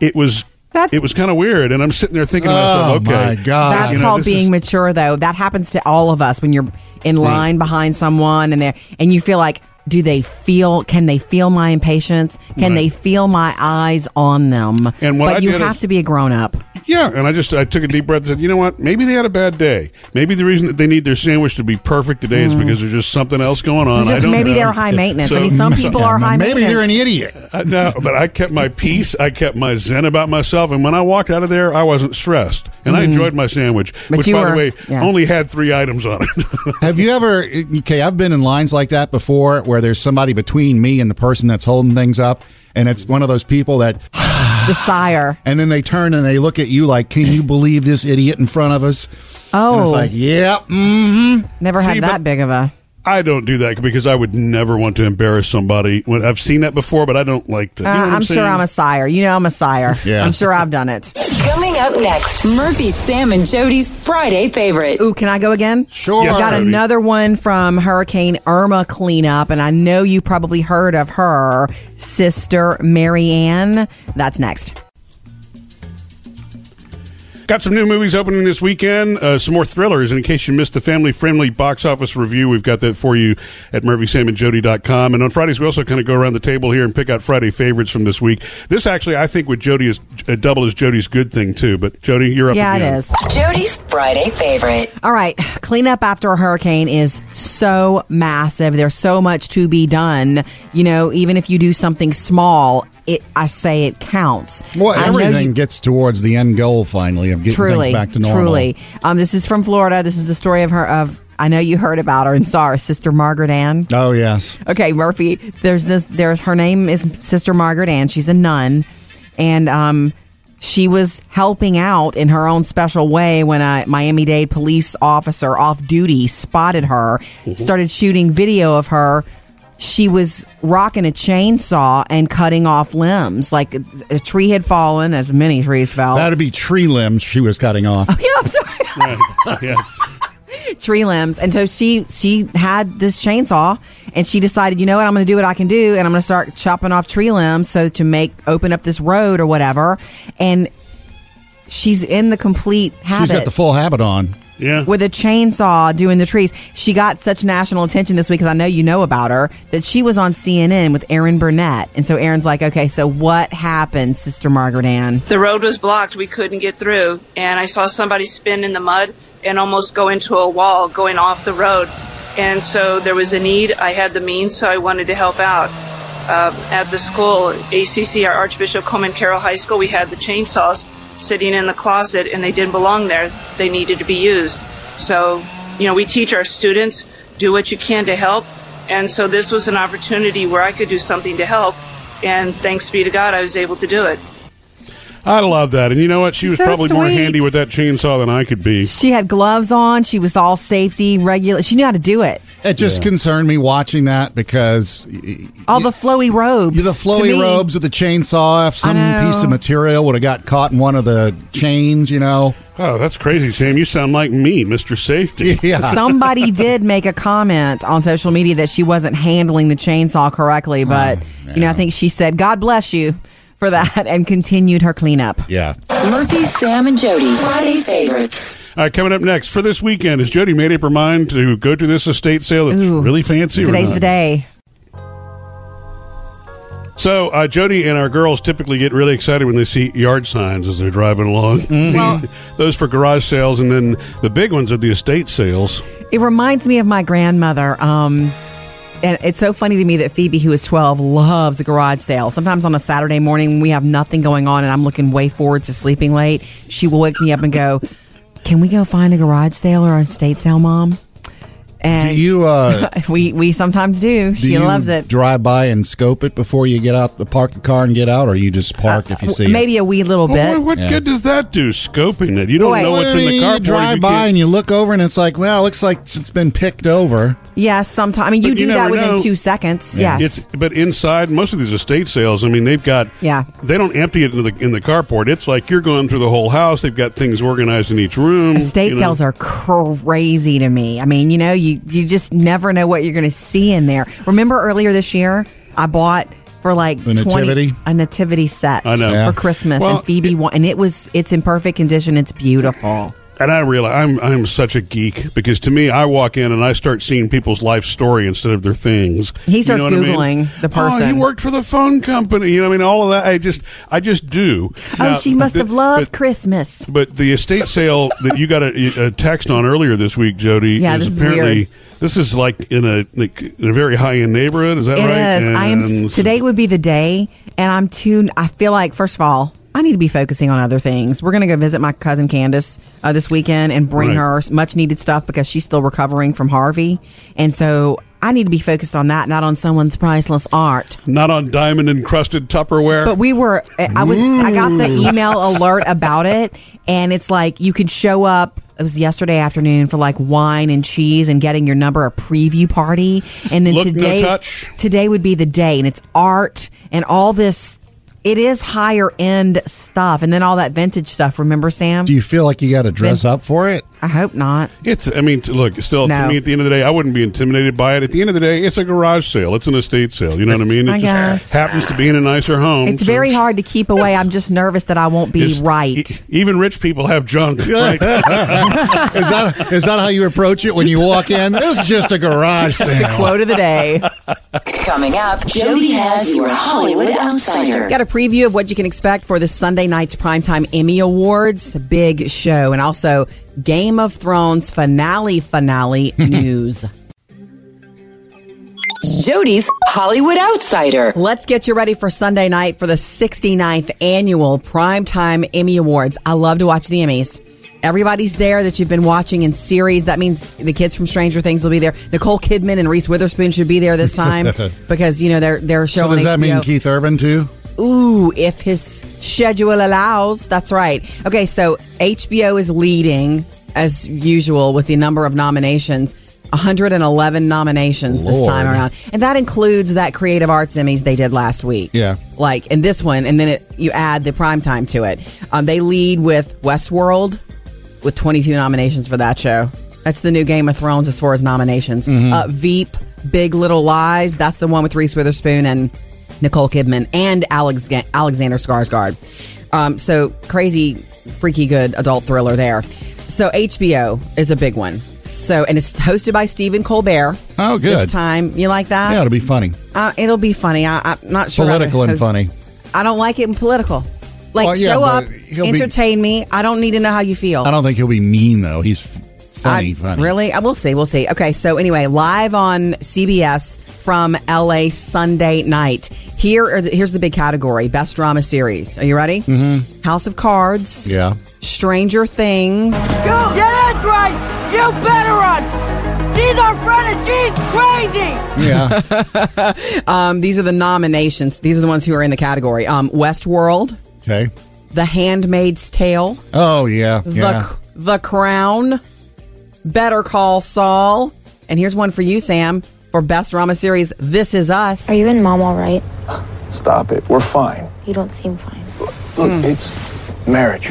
It was
That's-
it was kind of weird, and I'm sitting there thinking to
Oh,
myself, okay,
my God.
That's
you know,
called
this is-
being mature, though. That happens to all of us when you're in line behind someone and they and you feel like, do they feel? Can they feel my impatience? Can they feel my eyes on them?
And what
but
I
you
did
have
is-
to be a grown up.
Yeah, and I just I took a deep breath and said, you know what? Maybe they had a bad day. Maybe the reason that they need their sandwich to be perfect today is because there's just something else going on. I
Hmm. Just
don't
maybe
know.
they're *laughs* high maintenance. I
So-
mean, some people are high
Maybe
maintenance.
you're an idiot.
I, no, but I kept my peace. I kept my zen about myself. And when I walked out of there, I wasn't stressed. And I enjoyed my sandwich,
Mm-hmm. But
which,
you
by
were-
the way,
yeah.
only had three items on it. *laughs*
Have you ever? Okay, I've been in lines like that before, where there's somebody between me and the person that's holding things up, and it's one of those people that,
E-
the
*laughs*
sire.
and then they turn and they look at you like, "Can you believe this idiot in front of us?" And
Oh,
it's like, "Yeah." Mm-hmm.
never
See,
had that
but-
big of a.
I don't do that because I would never want to embarrass somebody. When I've seen that before, but I don't like to. you know
Uh,
what
I'm, sure
saying?
I'm a sire. You know I'm a sire.
Yeah.
I'm sure I've done it.
Coming up next, Murphy, Sam, and Jody's Friday favorite.
Ooh, can I go again?
Sure.
Got another one from Hurricane Irma cleanup, and I know you probably heard of her sister Marianne. That's next.
Got some new movies opening this weekend, uh, some more thrillers. And in case you missed the family friendly box office review, we've got that for you at murphysamandjody.com. And on Fridays, we also kind of go around the table here and pick out Friday favorites from this week. This actually, I think, with Jody is uh, double as Jody's good thing, too. But Jody, you're up
Yeah, it
*laughs* again.
is.
Jody's Friday favorite.
All right, cleanup after a hurricane is so massive. There's so much to be done. You know, even if you do something small, it I say it counts.
Well,
I know
everything
you-
gets towards the end goal finally of getting
truly,
things back to normal.
Truly, um, this is from Florida. This is the story of her. Of I know you heard about her and saw her sister Margaret Ann.
Oh yes.
Okay, Murphy. There's this. There's her name is Sister Margaret Ann. She's a nun, and um, she was helping out in her own special way when a Miami Dade police officer off duty spotted her, started shooting video of her. She was rocking a chainsaw and cutting off limbs. Like a- a tree had fallen, as many trees fell.
That'd be tree limbs she was cutting off.
*laughs*
*laughs*
yeah, I'm sorry. tree limbs. And so she she had this chainsaw and she decided, you know what, I'm gonna do what I can do and I'm gonna start chopping off tree limbs so to make open up this road or whatever. And she's in the complete habit
She's got the full habit on.
Yeah.
with a chainsaw doing the trees. She got such national attention this week because I know you know about her that she was on CNN with Aaron Burnett. And so Aaron's like, okay, so what happened, Sister Margaret Ann?
The road was blocked. We couldn't get through. And I saw somebody spin in the mud and almost go into a wall going off the road. And so there was a need. I had the means, so I wanted to help out. Uh, at the school, ACC, our Archbishop Coleman Carroll High School, we had the chainsaws sitting in the closet and they didn't belong there. They needed to be used. So, you know, we teach our students do what you can to help. And so this was an opportunity where I could do something to help. And thanks be to God, I was able to do it.
I love that. And you know what? She was
So
probably more
sweet.
handy with that chainsaw than I could be.
She had gloves on. She was all safety, regular. She knew how to do it.
It just concerned me watching that because y-
All the flowy robes.
the
to me.
flowy robes with the chainsaw, if some
I know.
piece of material would have got caught in one of the chains, you know. *laughs*
Oh, that's crazy, Sam. You sound like me, Mr. Safety. *laughs*
Yeah.
Somebody did make a comment on social media that she wasn't handling the chainsaw
Oh,
correctly, but you know, I think she said, "God bless you for that," and continued her cleanup.
Yeah.
Murphy, Sam, and Jody. Friday favorites.
All right, coming up next for this weekend, has Jody made up her mind to go to this estate sale that's really fancy? or
Today's
not?
the day.
So uh, Jody and our girls typically get really excited when they see yard signs as they're driving along.
Mm-hmm. Well-
*laughs* Those for garage sales, and then the big ones are the estate sales.
It reminds me of my grandmother. Um, and it's so funny to me that Phoebe, who is 12, loves a garage sale. Sometimes on a Saturday morning when we have nothing going on and I'm looking way forward to sleeping late, she will wake me up and go, Can we go find a garage sale or a estate sale, Mom? And
Do you,
*laughs*
uh,
*laughs* we, we sometimes do.
Do
she
you
loves it.
Drive by and scope it before you get out the park the car and get out, or you just park
Uh,
if you see it.
Maybe a wee little
Well,
bit.
What, what
Yeah.
good does that do? Scoping it, you don't know what's in the carport.
Well, You
if
drive
you
by
can't-
and you look over, and it's like, well, it looks like it's been picked over.
Yeah, sometimes. I mean, you
But
do
you
that
never
within
know.
two seconds. Yes.
It's, but inside most of these estate sales, I mean, they've got
Yeah.
They don't empty it in the in the carport. It's like you're going through the whole house. They've got things organized in each room.
Estate
you know.
sales are crazy to me. I mean, you know, you you just never know what you're going to see in there. Remember earlier this year, I bought for like
The
20
nativity?
a nativity set
I know. Yeah.
for Christmas
Well,
and Phoebe won and it was it's in perfect condition. It's beautiful.
And I realize I'm I'm such a geek because to me I walk in and I start seeing people's life story instead of their things.
He starts
what I mean?
Googling the
Oh, he
person.
worked for the phone company. You know, what I mean, all of that. I just I just do. Now,
oh, she must
the-
have loved
But,
Christmas.
but the estate sale that you got a, a text on earlier this week, Jody,
Yeah,
is
this is
apparently
weird.
this is like in a like in a very high end neighborhood. Is that
It is.
right?
I am
And-
today would be the day and I'm tuned I feel like first of all I need to be focusing on other things. We're going to go visit my cousin Candace uh, this weekend and bring
Right.
her much needed stuff because she's still recovering from Harvey. And so I need to be focused on that, not on someone's priceless art.
Not on diamond encrusted Tupperware.
But we were. I was. I got the
Ooh.
email alert about it, and it's like you could show up. It was yesterday afternoon for like wine and cheese and getting your number a preview party, and then
Look, no
today
touch.
today would be the day, and it's art and all this. It is higher end stuff, and then all that vintage stuff. Remember, Sam?
Do you feel like you got to dress
Then-
up for it?
I hope not.
It's, I mean, t- look, still,
No.
to me, at the end of the day, I wouldn't be intimidated by it. At the end of the day, it's a garage sale. It's an estate sale. You know what I mean? It
I guess.
happens to be in a nicer home.
It's
so
very hard to keep away. I'm just nervous that I won't be
It's-
right.
e, Even rich people have junk. Right?
is that is that how you approach it when you walk in? This is just a garage
That's the
sale.
quote of the day.
Coming up, Jody has your Hollywood Outsider.
Got a preview of what you can expect for the Sunday night's Primetime Emmy Awards. Big show. And also Game of Thrones finale,
*laughs*
finale news.
Jody's Hollywood Outsider.
Let's get you ready for Sunday night for the 69th annual Primetime Emmy Awards. I love to watch the Emmys. Everybody's there that you've been watching in series. That means the kids from Stranger Things will be there. Nicole Kidman and Reese Witherspoon should be there this
*laughs*
time because you know they're they're
So
showing.
does that mean
HBO.
Keith Urban too?
Ooh, if his schedule allows. That's right. Okay, so HBO is leading as usual with the number of nominations. 111 nominations this
Lord.
time around. And that includes that Creative Arts Emmys they did last week.
Yeah.
Like, and this one, and then it, you add the prime time to it. Um, they lead with Westworld with 22 nominations for that show. That's the new Game of Thrones as far as nominations.
Mm-hmm.
Uh, Veep, Big Little Lies. That's the one with Reese Witherspoon and Nicole Kidman and Alex- Alexander Skarsgård. Um, so crazy, freaky good adult thriller there. So HBO is a big one. So and it's hosted by Stephen Colbert.
Oh, good.
This time you like that?
Yeah, it'll be funny,
Uh, it'll be funny. I, I'm not sure. how to
political and
host-
funny.
I don't like it in political. Like
Well, yeah,
show up,
but he'll be-
entertain me. I don't need to know how you feel.
I don't think he'll be mean though. He's f- funny,
I-
funny.
Really? I will see. We'll see. Okay. So anyway, live on CBS from LA Sunday night. Here are the, here's the big category: best drama series. Are you ready? Mm-hmm. House of Cards,
Yeah.
Stranger Things,
You get it right. You better run. She's our friend and she's crazy.
Yeah.
*laughs* um, these are the nominations. These are the ones who are in the category. Um, Westworld,
Okay.
The Handmaid's Tale,
Oh yeah.
The
Yeah.
The Crown, Better Call Saul, and here's one for you, Sam, for best drama series. This is Us. Are
you and Mom all right?
Stop it. We're fine.
You don't seem fine.
Look,
Mm.
it's marriage.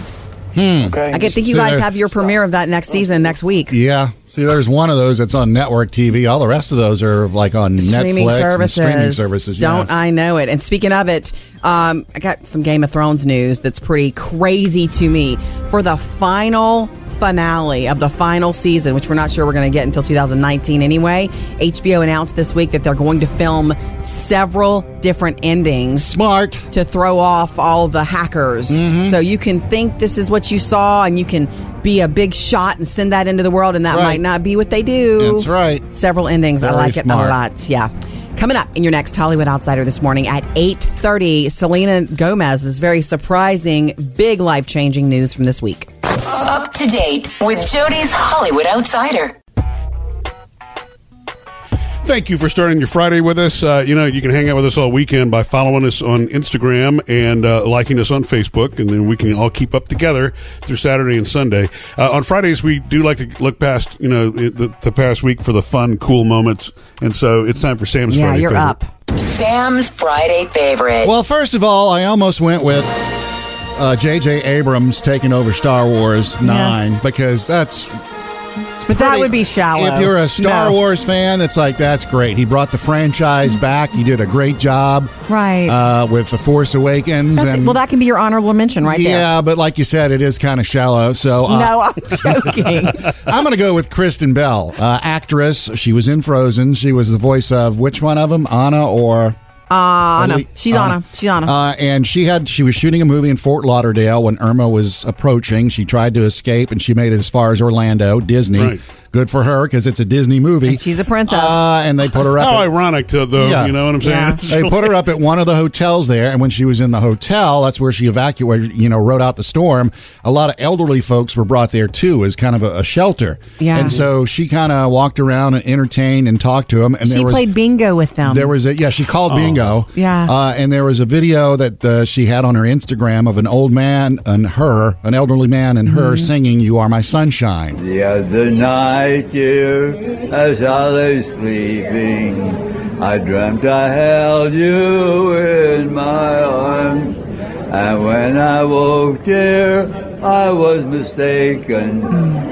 Okay.
I could think you guys have your premiere of that next season next week.
Yeah. See, there's one of those that's on network TV. All the rest of those are like on
streaming
Netflix
services.
and streaming services. yeah.
Don't I know it? And speaking of it, um, I got some Game of Thrones news that's pretty crazy to me. For the final finale of the final season, which we're not sure we're going to get until 2019 anyway, HBO announced this week that they're going to film several different endings.
Smart.
To throw off all the hackers.
Mm-hmm.
So you can think this is what you saw and you can be a big shot and send that into the world, and that
Right.
might not be what they do.
That's right.
Several endings. I
Very
like it
smart.
a lot. Yeah. Coming up in your next Hollywood Outsider this morning at 8:30, Selena Gomez's very surprising, big life-changing news from this week.
Up to date with Jody's Hollywood Outsider.
Thank you for starting your Friday with us. Uh, you know, you can hang out with us all weekend by following us on Instagram and uh, liking us on Facebook, and then we can all keep up together through Saturday and Sunday. Uh, on Fridays, we do like to look past, you know, it- the, the past week for the fun, cool moments. And so it's time for Sam's Friday. favorite.
Sam's Friday favorite.
Well, first of all, I almost went with uh, J.J. Abrams taking over Star Wars 9 because that's.
But that would be shallow.
If you're a Star
No.
Wars fan, it's like, that's great. He brought the franchise back. He did a great job.
Right.
Uh, with The Force Awakens.
That's it.
and
Well, that can be your honorable mention right there.
Yeah, but like you said, it is kind of shallow. So uh,
No, I'm *laughs* joking.
I'm going to go with Kristen Bell, uh, actress. She was in Frozen. She was the voice of which one of them, Anna or
Uh, Anna.
Elite-
She's Anna. She's Anna.
Uh, and she had she was shooting a movie in Fort Lauderdale when Irma was approaching. She tried to escape and she made it as far as Orlando, Disney.
Right.
Good for her because it's a Disney movie.
And she's a princess.
Uh, and they put
*laughs*
her up.
How
at-
ironic, to, though.
Yeah.
You know what I'm saying?
They put her up at one of the hotels there, and when she was in the hotel, that's where she evacuated, you know, rode out the storm. A lot of elderly folks were brought there too as kind of a, a shelter.
Yeah.
And so she kind of walked around and entertained and talked to them. And
she
there was,
played bingo with them.
There was a yeah. She called
Oh.
bingo.
Yeah.
Uh, and there was a video that uh, she had on her Instagram of an old man and her, an elderly man and her
Mm-hmm.
singing "You Are My Sunshine."
The other night, dear, as I lay sleeping, I dreamt I held you in my arms. And when I woke, dear, I was mistaken.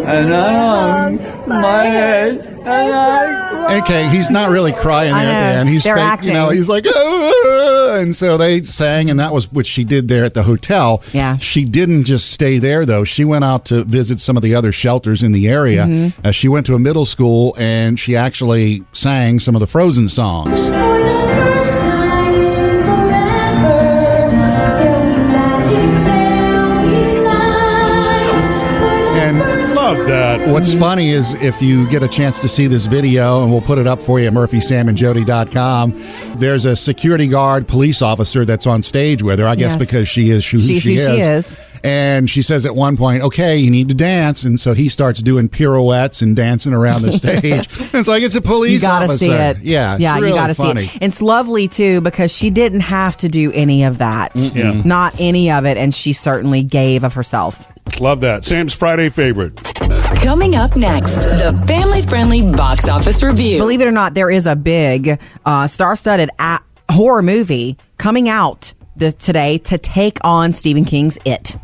And I hung my head and I
Okay, he's not really crying there,
I know.
Dan. He's
They're
fake,
acting.
You know, he's like, "Ah," and so they sang, and that was what she did there at the hotel. Yeah, she didn't just stay there though. She went out to visit some of the other shelters in the area.
Mhm.
Mm-hmm.
Uh, she went to a middle school, and she actually sang some of the Frozen songs. And
*laughs* love that.
What's funny is if you get a chance to see this video, and we'll put it up for you at murphysamandjody.com, there's a security guard police officer that's on stage with her, I guess
Yes.
because she is who
She's
she,
who she
is. And she says at one point, okay, you need to dance. And so he starts doing pirouettes and dancing around
*laughs*
the stage. it's like it's a police
You gotta
officer.
see it.
Yeah, it's
yeah, you
really
gotta
funny.
see it. It's lovely too because she didn't have to do any of that.
Yeah.
Not any of it, and she certainly gave of herself.
Love that. Sam's Friday favorite.
Coming up next, the family friendly box office review.
Believe it or not, there is a big uh, star-studded a- horror movie coming out this, today to take on Stephen King's It.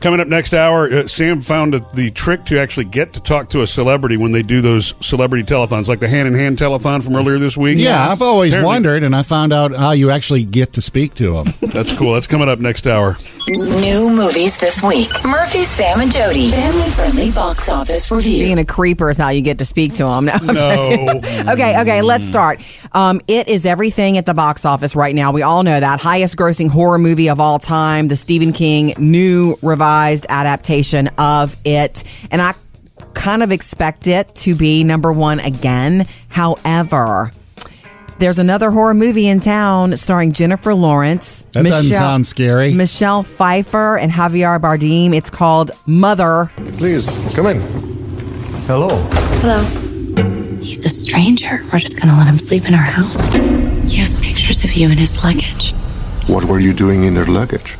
Coming up next hour, uh, Sam found that the trick to actually get to talk to a celebrity when they do those celebrity telethons, like the hand in hand telethon from earlier this week.
Yeah, I've always
Apparently-
wondered, and I found out how you actually get to speak to him.
That's cool. That's coming up next
*laughs*
hour.
New movies this week. Murphy, Sam, and Jody. Family friendly box office review.
Being a creeper is how you get to speak to him. *laughs* No. I'm
*laughs*
No.
joking. okay, okay, let's
Hmm.
start. Um, it is everything at the box office right now. We all know that. Highest grossing horror movie of all time, the Stephen King new revised adaptation of It. And I kind of expect it to be number one again. However, there's another horror movie in town starring Jennifer Lawrence.
That doesn't sound scary.
Michelle Pfeiffer and Javier Bardem. It's called Mother.
Please, come in. Hello.
Hello. He's a stranger. We're just gonna let him sleep in our house. He has pictures of you in his luggage.
What were you doing in their luggage?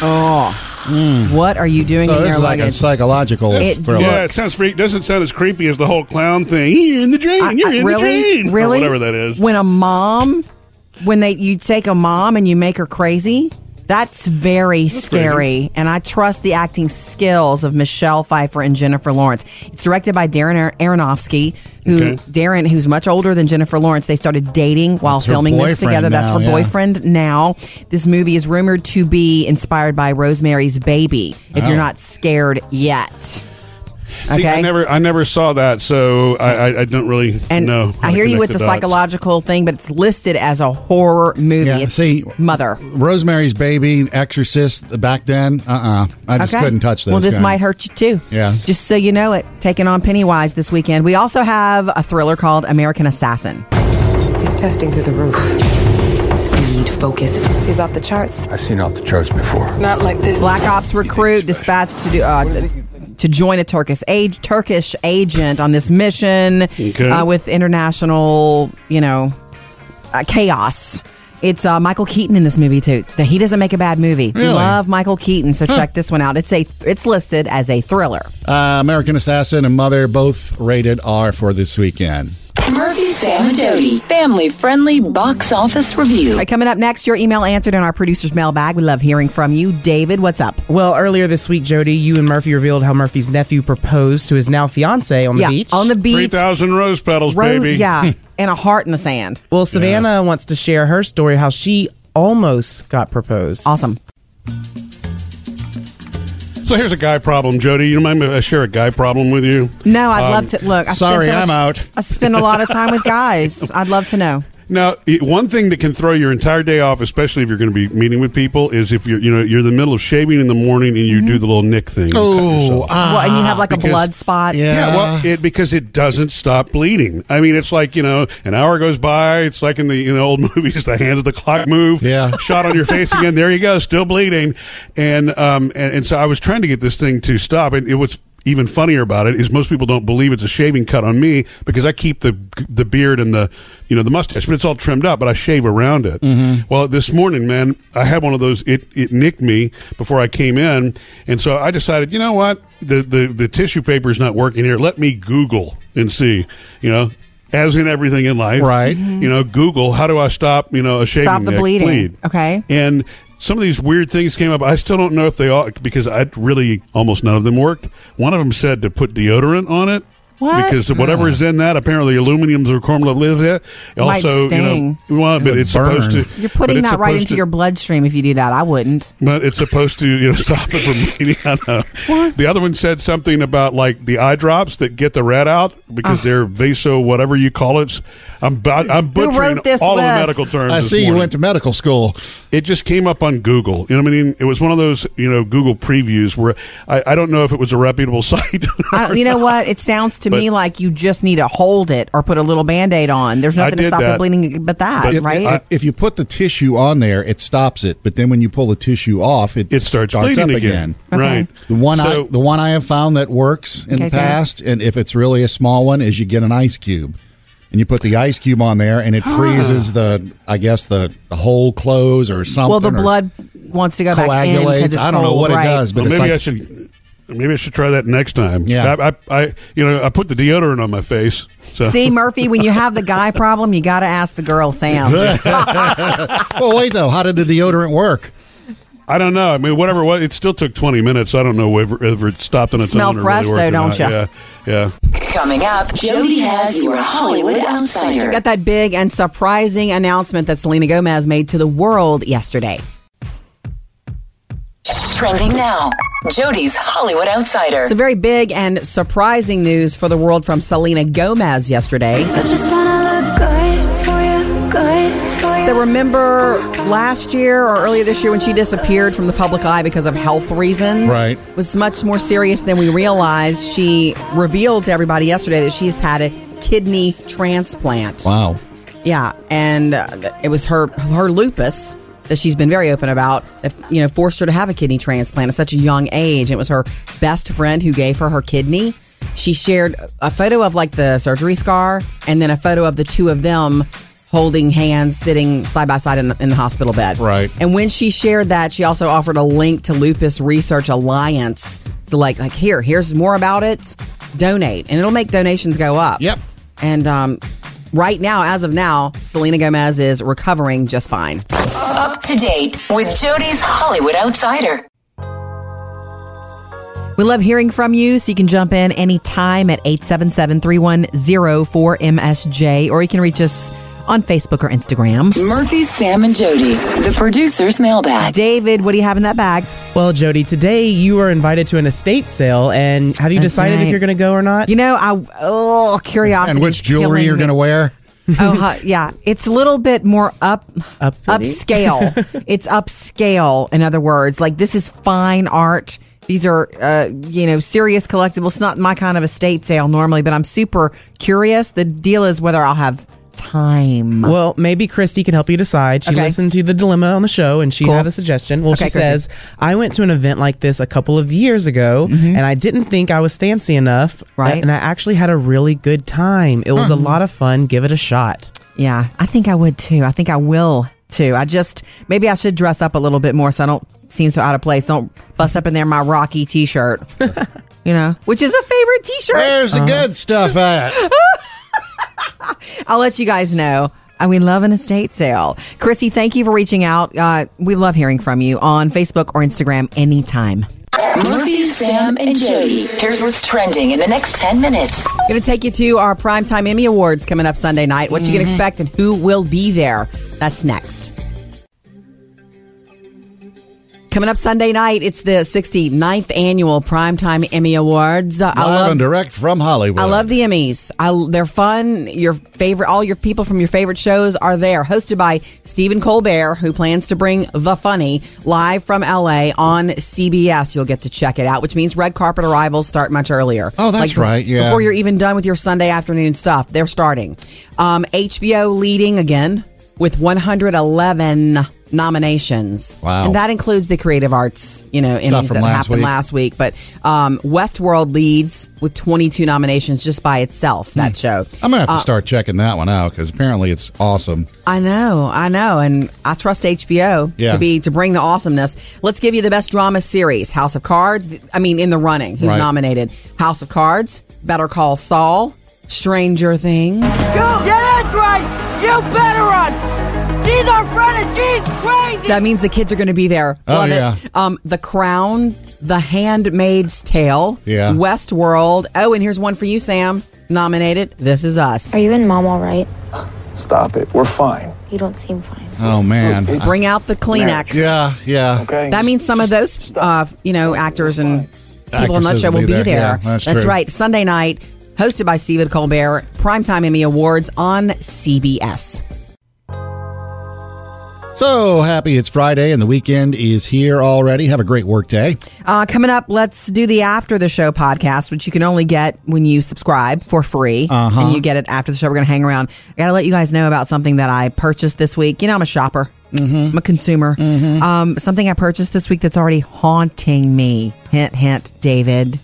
Oh, what are you doing
Hmm. So
in
this
their
is like a
luggage?
psychological
It
thriller.
Yeah, it sounds freak. Doesn't sound as creepy as the whole clown thing. You're in the drain. You're in the
really,
drain.
really,
Or whatever that is.
When a mom, when they you take a mom and you make her crazy, that's very scary. And I trust the acting skills of Michelle Pfeiffer and Jennifer Lawrence. It's directed by Darren Ar- Aronofsky, who
Okay.
Darren, who's much older than Jennifer Lawrence. They started dating while
That's her
filming this
boyfriend
together. that's
now,
her
yeah.
boyfriend now. This movie is rumored to be inspired by Rosemary's Baby. If
Oh.
you're not scared yet.
See, I never, I never saw that, so I, I, I don't really know. how
I
to
hear you
connect
with the
dots.
psychological thing, but it's listed as a horror movie.
Yeah,
it's
see,
Mother.
Rosemary's Baby, Exorcist, back then, uh uh I just
Okay?
couldn't touch those.
Well, this
guys.
might hurt you too.
Yeah.
Just so you know it, taking on Pennywise this weekend. We also have a thriller called American Assassin.
He's testing through the roof. Speed, focus. He's off the charts.
I've seen off the charts before.
Not like this.
Black Ops recruit dispatched to do. Uh, to join a Turkish age Turkish agent on this mission
Okay.
uh, with international, you know, uh, chaos. It's uh, Michael Keaton in this movie too. That he doesn't make a bad movie. We
Really?
love Michael Keaton, so check this one out. It's a it's listed as a thriller.
Uh, American Assassin and Mother both rated R for this weekend.
Murphy, Sam, and Jody. Family friendly box office review.
All right, coming up next, your email answered in our producer's mailbag. We love hearing from you, David. What's up?
Well, earlier this week, Jody, you and Murphy revealed how Murphy's nephew proposed to his now fiance on the
yeah,
beach.
on the beach,
3,000 rose petals,
Ro-
*laughs*
Yeah, and a heart in the sand.
well, Savannah wants to share her story how she almost got proposed.
Awesome.
So here's a guy problem, Jody. You mind if I share a guy problem with you?
No, I'd
Um,
love to look. I spend so much- I spend a lot of time with guys. I'd love to know.
Now, it- one thing that can throw your entire day off, especially if you're going to be meeting with people, is if you're you know you're in the middle of shaving in the morning and you do the little nick thing.
Oh, well, and you have like a
Because-
blood spot.
Yeah, well, it, because it doesn't stop bleeding. I mean, it's like you know, an hour goes by. It's like in the you know old *laughs* movies, the hands of the clock move. Yeah, shot on your face again. There you go, still bleeding. And um and, and so I was trying to get this thing to stop. And it was even funnier about it is most people don't believe it's a shaving cut on me because I keep the the beard and the you know the mustache, but it's all trimmed up. But I shave around it. Well, this morning, man, I had one of those. It it nicked me before I came in, and so I decided, you know what, the the the tissue paper is not working here. Let me Google and see. You know. As in everything in life,
Right.
You know, Google how do I stop you know a shaving
Stop the
neck
bleeding.
bleed?
Okay.
And some of these weird things came up. I still don't know if they all because I really almost none of them worked. One of them said to put deodorant on it.
What?
Because whatever
Ugh.
is in that, apparently aluminum's or chromium lives it.
Might
Also,
sting.
you know, well, but
would
it's
burn.
supposed to.
You're
but
putting
it's
that right
supposed
into
to-
your bloodstream if you do that. I wouldn't.
But it's supposed to, you know, *laughs* stop it from bleeding. I don't know. The other one said something about like the eye drops that get the red out because they're vaso whatever you call it. I'm about, I'm
Who
butchering
wrote this
all
list?
the medical terms.
I
this
see you
morning.
went to medical school.
It just came up on Google. You know what I mean? It was one of those, you know, Google previews where I, I don't know if it was a reputable *laughs* site.
Uh,
I, you know what? It sounds to me
But-
like you just need to hold it or put a little band aid on. There's
I
nothing to
did
stop the
that.
bleeding but that,
if,
right?
If, if you put the tissue on there, it stops it. But then when you pull the tissue off, it, starts, up
bleeding
again.
again. Okay. Right.
The one I
So-
the one I have found that works in
Okay,
the
so-
past, and if it's really a small one, is you get an ice cube, and you put the ice cube on
*gasps*
there, and it freezes the I guess the, the hole close or something.
well, the
or-
blood wants to go back in because
Coagulates.
it's
I don't know
cold,
what it
right?
does, but
Well,
it's
maybe
like-
I should. Maybe I should try that next time.
Yeah.
I, I, I, you know, I put the deodorant on my face. So.
See, Murphy, when you have the guy problem, you got to ask the girl, Sam.
*laughs* well, wait though. How did the deodorant work?
I don't know. I mean, whatever it was, it still took 20 minutes. I don't know whether, whether it stopped on its
Smell
own. or
fresh,
really
though,
worked or
don't
not.
ya?
Yeah. Yeah.
Coming up, Jody has your Hollywood Outsider.
Got that big and surprising announcement that Selena Gomez made to the world yesterday.
Trending now, Jody's Hollywood Outsider.
Some very big and surprising news for the world from Selena Gomez yesterday.
I just wanna look good for you, good for you.
So remember last year or earlier this year when she disappeared from the public eye because of health reasons?
Right.
Was much more serious than we realized. She revealed to everybody yesterday that she's had a kidney transplant.
Wow.
Yeah, and uh, th- it was her her lupus that she's been very open about. That, you know, forced her to have a kidney transplant at such a young age. It was her best friend who gave her her kidney. She shared a photo of like the surgery scar, and then a photo of the two of them holding hands, sitting side by side in the, in the hospital bed. Right. And when she shared that, she also offered a link to Lupus Research Alliance to like like here, here's more about it. Donate, and it'll make donations go up. Yep. And um, right now, as of now, Selena Gomez is recovering just fine.
Up to date with Jody's Hollywood Outsider.
We love hearing from you, so you can jump in anytime at 877-310-4MSJ, or you can reach us on Facebook or Instagram.
Mm.
Murphy, Sam, and Jody, the producer's mailbag.
David, what do you have in that bag?
Well, Jody, today you are invited to an estate sale, and have you
That's
decided
right.
if you're going to go or not?
You know, I oh curiosity.
And which jewelry you're gonna
wear?
oh huh, yeah, it's a little bit more up,
Uppity.
upscale. it's upscale. In other words, like this is fine art. These are uh, you know serious collectibles. It's not my kind of estate sale normally, but I'm super curious. The deal is whether I'll have time.
Well, maybe Christy can help you decide. She
Okay.
listened to the dilemma on the show and she
Cool.
had a suggestion. Well,
Okay,
she
Christy.
says, I went to an event like this a couple of years ago
Mm-hmm.
and I didn't think I was fancy enough. Right. And I actually had a really good time. It was a
Hmm.
lot of fun. Give it a shot.
Yeah, I think I would too. I think I will too. I just maybe I should dress up a little bit more so I don't seem so out of place. Don't bust up in there in my Rocky t-shirt. you know, which is a favorite t-shirt.
There's the good
*laughs*
stuff at.
I'll let you guys know. And we love an estate sale. Chrissy, thank you for reaching out. Uh, we love hearing from you on Facebook or Instagram anytime.
Murphy, Sam, and Jody. Here's what's trending in the next 10 minutes.
Going to take you to our Primetime Emmy Awards coming up Sunday night. What you can
Mhm.
expect and who will be there. That's next. Coming up Sunday night, it's the 69th annual Primetime Emmy Awards. Uh,
Live and direct from Hollywood.
I love the Emmys. I, they're fun. Your favorite, all your people from your favorite shows are there. Hosted by Stephen Colbert, who plans to bring The Funny live from LA on CBS. You'll get to check it out, which means red carpet arrivals start much earlier.
Oh, that's right, yeah.
Before you're even done with your Sunday afternoon stuff, they're starting. Um, HBO leading again with 111 nominations.
Wow.
And that includes the creative arts, you know,
Stuff
Emmys
from
that
last
happened
week.
last week. But um, Westworld leads with 22 nominations just by itself, that show.
I'm gonna have to
Uh,
start checking that one out because apparently it's awesome.
I know, I know, and I trust HBO
Yeah.
to be to bring the awesomeness. Let's give you the best drama series: House of Cards. I mean, in the running, who's
Right.
nominated? House of Cards, Better Call Saul, Stranger Things.
Go! Yeah, that's right! You better run! She's our friend and she's crazy!
That means the kids are going to be there.
Oh,
Love
yeah.
it. Um, the Crown, The Handmaid's Tale,
Yeah.
Westworld. Oh, and here's one for you, Sam. Nominated. This is us. Are
you and Mom all right?
Stop it. We're fine.
You don't seem fine.
Oh man,
Bring out the Kleenex.
Yeah, yeah.
That means some of those, uh, you know, actors and people on that
Actresses
show will be there.
Yeah, that's true.
right. Sunday night, hosted by Stephen Colbert, Primetime Emmy Awards on CBS.
So happy it's Friday and the weekend is here already. Have a great work day.
Uh, coming up, let's do the after the show podcast, which you can only get when you subscribe for free,
Uh-huh.
and you get it after the show. We're gonna hang around. I gotta let you guys know about something that I purchased this week. You know, I'm a shopper.
Mm-hmm.
I'm a consumer. Um, something I purchased this week that's already haunting me. Hint, hint, David.